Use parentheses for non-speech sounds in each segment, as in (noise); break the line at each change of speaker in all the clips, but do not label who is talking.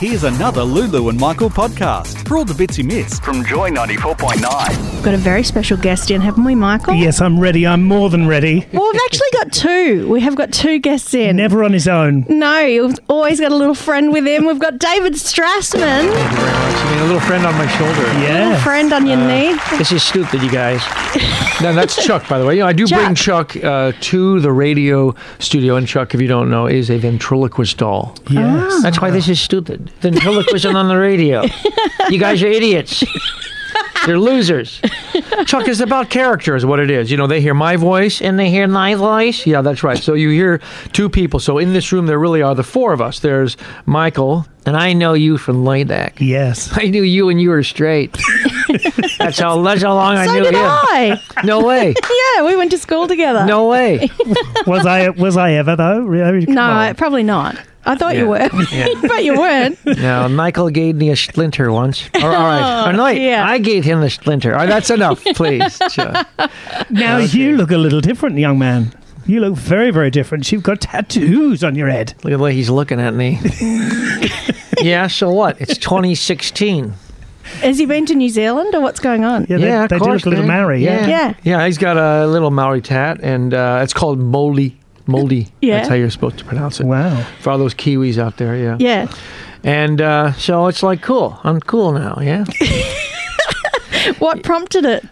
Here's another Lulu and Michael podcast for all the bits you missed.
from Joy 94.9.
Got a very special guest in, haven't we, Michael?
Yes, I'm ready. I'm more than ready.
Well, we've actually got two. We have got two guests in.
Never on his own.
No, you've always got a little friend with him. We've got David Strassman,
I mean, a little friend on my shoulder.
little
Yeah.
friend on your knee.
This is stupid, you guys.
(laughs) No, that's Chuck, by the way. You know, I do
Chuck.
bring Chuck uh, to the radio studio, and Chuck, if you don't know, is a ventriloquist doll.
Yes.
That's why this is stupid. Ventriloquism on the radio. You guys are
(laughs)
idiots. You're losers.
Chuck is about character, is what it is. You know, they hear my voice and they hear my voice. Yeah, that's right. So you hear two people. So in this room, there really are the four of us. There's Michael, and I know you from Layback.
Yes.
(laughs) I knew you and you
(laughs)
were straight. that's how that's how long I
So
knew
did
him.
I.
No way.
Yeah, we went to school together. (laughs)
No way.
Was I was I ever though? Really? Come
No,
on.
probably not. I thought you
Yeah.
were, (laughs) but you weren't.
No, Michael gave me a splinter once. All right. All right. Or no, wait,
Oh, yeah.
I gave him the splinter. All right, that's
(laughs)
enough, please. Chuck.
Now you look a little different, young man. You look very, very different. You've got tattoos on your head.
Look at the way he's looking
(laughs)
at me. yeah, so what? It's 2016.
Has he been to New Zealand or what's going on?
Yeah, they,
yeah, of
they
course,
do look a little
man.
Maori. Yeah.
Yeah.
Yeah, he's got a little Maori tat, and uh, it's called moldy. Moldy.
Yeah.
That's how you're supposed to pronounce it.
Wow.
For all those Kiwis out there, yeah.
Yeah.
And uh, so it's like, cool. I'm cool now, yeah.
What prompted it?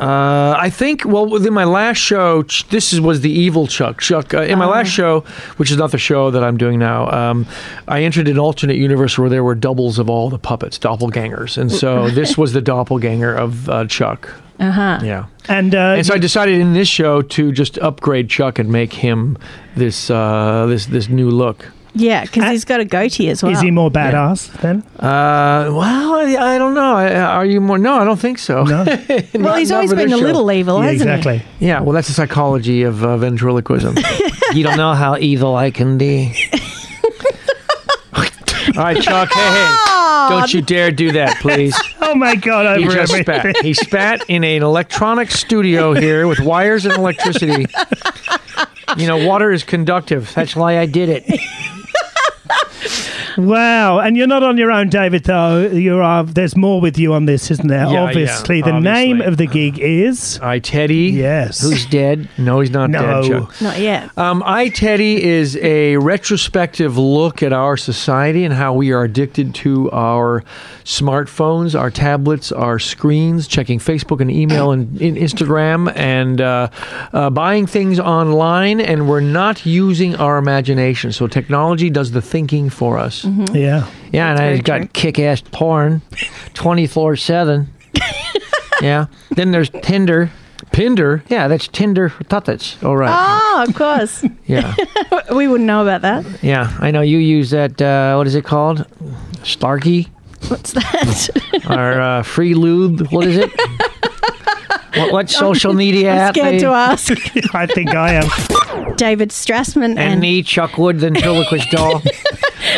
Uh, I think well within my last show, Ch- this is, was the evil Chuck. Chuck uh, in my last show, which is not the show that I'm doing now. Um, I entered an alternate universe where there were doubles of all the puppets, doppelgangers, and so this was the doppelganger of uh, Chuck.
Uh huh.
Yeah,
And, uh,
and so I decided in this show to just upgrade Chuck and make him this uh, this this new look.
Yeah, because
Uh,
he's got a goatee as well.
is he more badass then?
Uh, well, I, I don't know. I- Are you more? No, I don't think so. (laughs)
No.
well, he's always been a little evil,
yeah,
hasn't
exactly.
Yeah, well, that's the psychology of
(laughs)
uh, ventriloquism.
You don't know how evil I can be.
All right, Chuck. Hey, hey. Don't you dare do that,
(laughs)
please.
Oh my god! Over
He just
everything.
spat. He spat in an electronic studio here with wires and electricity. You know, water is conductive.
That's why I did it.
(laughs) Wow, and you're not on your own, David. Though you are. There's more with you on this, isn't there?
yeah,
obviously, the
obviously.
name of the gig is
I Teddy.
yes.
Who's dead?
No, he's not
No.
dead, Chuck.
he? Not yet.
Um, I Teddy is a retrospective look at our society and how we are addicted to our smartphones, our tablets, our screens, checking Facebook and email and in Instagram, and uh, uh, buying things online. And we're not using our imagination, so technology does the thinking for us.
Mm-hmm. Yeah.
Yeah, and I got kick ass porn 24 7.
Yeah.
Then there's Tinder.
Pinder.
Yeah, that's Tinder for tuttets.
All right.
Oh, of course. (laughs)
Yeah.
we wouldn't know about that.
Yeah, I know you use that, uh, what is it called? Starkey?
What's that?
Or
(laughs)
uh, Free Lube? What is it? what, what social media app?
Scared
they-
to ask.
I think I am.
David Strassman and,
and me, Chuck Wood, ventriloquist
(laughs)
doll.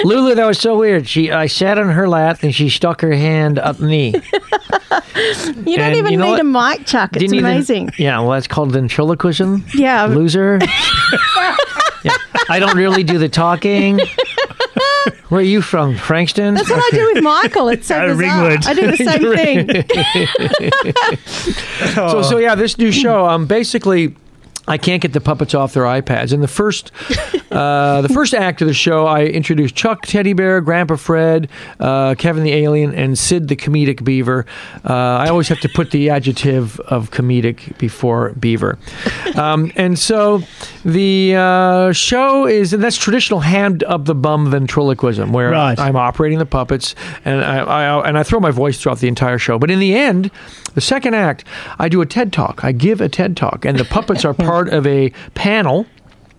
Lulu, that was so weird. She, I sat on her lap and she stuck her hand up
(laughs)
me.
you don't
and
even
you know what?
need a mic, Chuck. It's
Didn't even-
amazing.
(laughs)
yeah, well, that's called ventriloquism.
Yeah. (laughs)
Loser. Yeah, I don't really do the talking.
(laughs)
Where are you from, Frankston?
That's what I do with Michael. It's so
Uh,
bizarre.
Ringwood.
I do the same thing.
So, so yeah, this new show, um, basically, I can't get the puppets off their iPads. In the first, uh, the first act of the show, I introduced Chuck Teddy Bear, Grandpa Fred, uh, Kevin the Alien, and Sid the Comedic Beaver. Uh, I always have to put the adjective of comedic before Beaver, um, and so the uh, show is and that's traditional hand up the bum ventriloquism, where
Right.
I'm operating the puppets, and I, I and I throw my voice throughout the entire show. But in the end, the second act, I do a TED talk. I give a TED talk, and the puppets are part of a panel.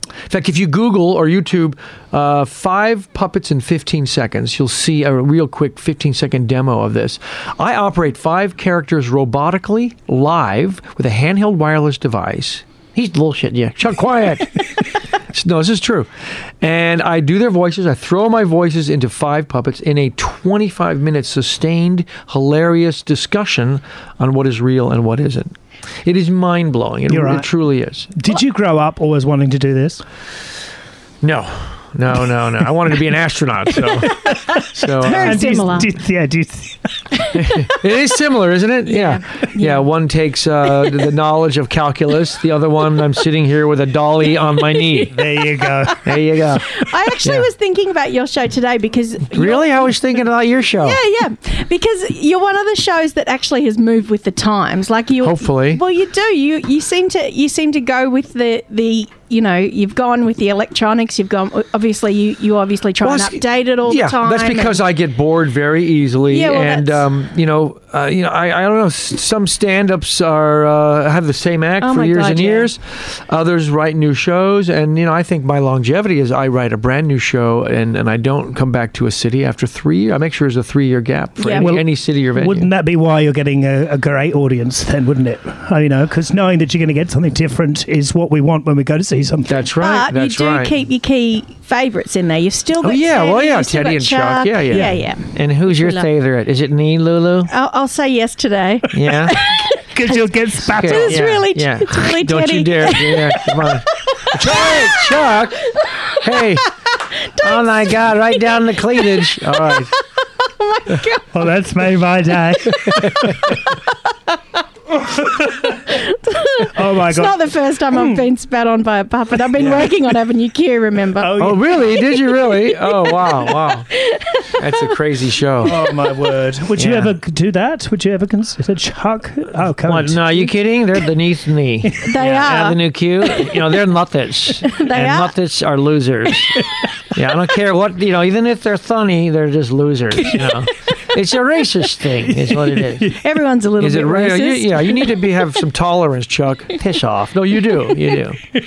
In fact, if you Google or YouTube uh, five puppets in 15 seconds, you'll see a real quick 15 second demo of this. I operate five characters robotically live with a handheld wireless device.
He's bullshitting you.
(laughs)
Chuck, quiet. No, this is true. And I do their voices. I throw my voices into five puppets in a 25 minute sustained, hilarious discussion on what is real and what isn't. It is mind blowing. It,
You're
it
right.
truly is.
Did you grow up always wanting to do this?
No, no, no, no. I wanted to be an astronaut. (laughs) So, so uh,
Very
And do you-
similar.
do you- yeah, do you th-
it is similar, isn't it? Yeah. Yeah. one takes uh, the knowledge of calculus, the other one, I'm sitting here with a dolly on my knee.
there you go.
There (laughs) you go.
I actually
Yeah.
was thinking about your show today because
Really? I was thinking about your show.
yeah, yeah, because you're one of the shows that actually has moved with the times. Like you,
Hopefully.
well, you do. You you seem to you seem to go with the the you know you've gone with the electronics. You've gone obviously you you obviously try
Well,
and
that's-
update it all
yeah,
the time.
that's because I get bored very easily,
Yeah, well,
and
that's-
um, you know, uh, you know, I, I don't know. s- Some stand-ups are uh, have the same act
Oh
for
my
years
God,
and
yeah.
years. Others write new shows, and you know, I think my longevity is I write a brand new show, and, and I don't come back to a city after three. years. I make sure there's a three-year gap for
Yeah.
any,
Well,
any city or venue.
Wouldn't that be why you're getting a, a great audience then, wouldn't it? Oh, you know, because knowing that you're going to get something different is what we want when we go to see something.
that's right.
But
that's
you do
right.
keep your key favourites in there. You've still
Oh
got
yeah, well
Sandy,
yeah,
you've still
Teddy
got
and Chuck, yeah, yeah,
yeah, yeah.
And who's your
Love-
favorite? Is it me, Lulu?
I'll, I'll say yes
(laughs)
today. (laughs)
Yeah.
Because you'll get spat
Okay.
on.
It's really, (laughs)
yeah.
it's really
Don't
Teddy.
you dare.
(laughs)
Yeah, come on. Chuck, Chuck. Hey. oh my
(laughs)
God! Right down the cleavage. All right.
Well, that's made
(laughs)
my day. oh my
It's not
god!
the first time I've been spat on by a puppet. I've been working on Avenue Q, remember?
Oh really? Did you really? Oh wow, wow. That's a crazy show.
(laughs)
Oh my word! Would you
Yeah.
ever do that? Would you ever consider Chuck? Oh, come
What? No, are you kidding? They're beneath me.
they are.
Avenue Q. You know they're nutters.
(laughs) They
and
are.
nutters are
(laughs)
losers. yeah, I don't care what you know. Even if they're funny, they're just losers. You know, it's a racist thing. Is what it is.
Everyone's a little
Is
bit
it real?
racist.
You, yeah, you need to be
(laughs)
have some tolerance, Chuck.
Piss off.
No, you do. You do.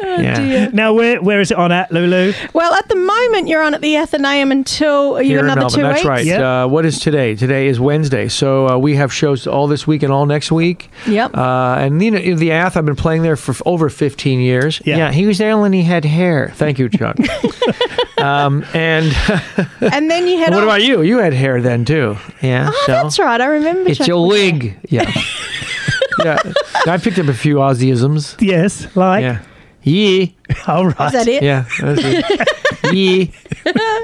Oh,
yeah.
Now, where where is it on at Lulu?
Well, at the moment you're on at the Athenaeum until are you
Here in
another
Melbourne.
two
That's
weeks.
right.
Yeah.
Uh, what is today? Today is Wednesday. So uh, we have shows all this week and all next week.
Yep.
Uh, and you know, the Ath, I've been playing there for f- over 15 years.
Yeah.
Yeah, he was there when he had hair.
Thank
(laughs)
you, Chuck. um, and
And then you head
(laughs) what
on.
about you? You had hair then too.
Yeah,
Oh,
so
that's right. I remember.
it's your wig.
(laughs)
Yeah. yeah. I picked up a few Aussieisms.
Yes, like
Yeah. Yee.
all right.
Is that it?
Yeah. that's it. Yee.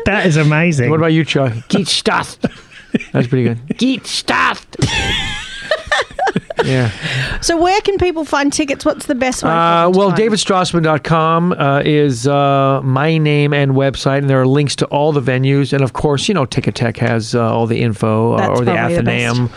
That is amazing.
What about you, Chuck?
Get stuffed.
That's pretty good.
Get stuffed.
(laughs) Yeah.
So where can people find tickets? What's the best way? for
Uh,
them to
well,
find?
davidstrassman.com uh, is uh, my name and website, and there are links to all the venues. And of course, you know, Ticket Tech has uh, all the info uh,
That's
or the
probably the best.
Athenaeum.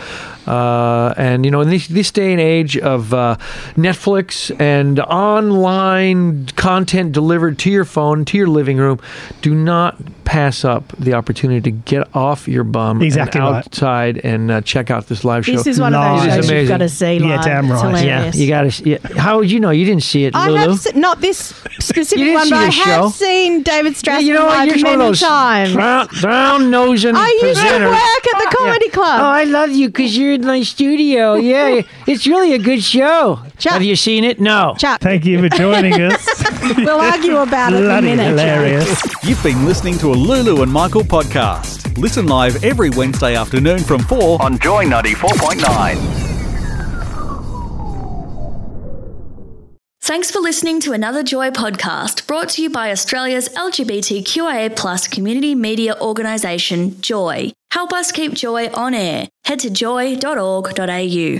uh, and, you know, in this, this day and age of uh, Netflix and online content delivered to your phone, to your living room, do not pass up the opportunity to get off your bum
Exactly
and
right.
outside and uh, check out this live show.
This is one of
Live.
those
This
shows
is
you've got to see.
amazing. Yeah,
live.
damn
It's
right. Yeah.
hilarious.
You gotta. s- Yeah. How would you know? You didn't see it,
I
Lulu.
have se- not this specific
You
one,
didn't
but I
see the
have
show.
seen David
Yeah,
Strasser
you know what?
live
You're one
many
of those
times.
brown, brown nosing
I used to
presenters.
work at the comedy
Yeah.
club.
Oh, I love you because you're in my studio.
(laughs)
Yeah, it's really a good show.
Chuck.
Have you seen it? No.
Chuck,
Thank you for
(laughs)
joining us.
(laughs)
we'll argue about it in a
Bloody
minute.
hilarious.
You've been listening to a Lulu and Michael podcast. Listen live every Wednesday afternoon from 4
on Joy 94.9.
Thanks for listening to another Joy podcast brought to you by Australia's LGBTQIA plus community media organisation, Joy. Help us keep Joy on air. Head to joy.org.au.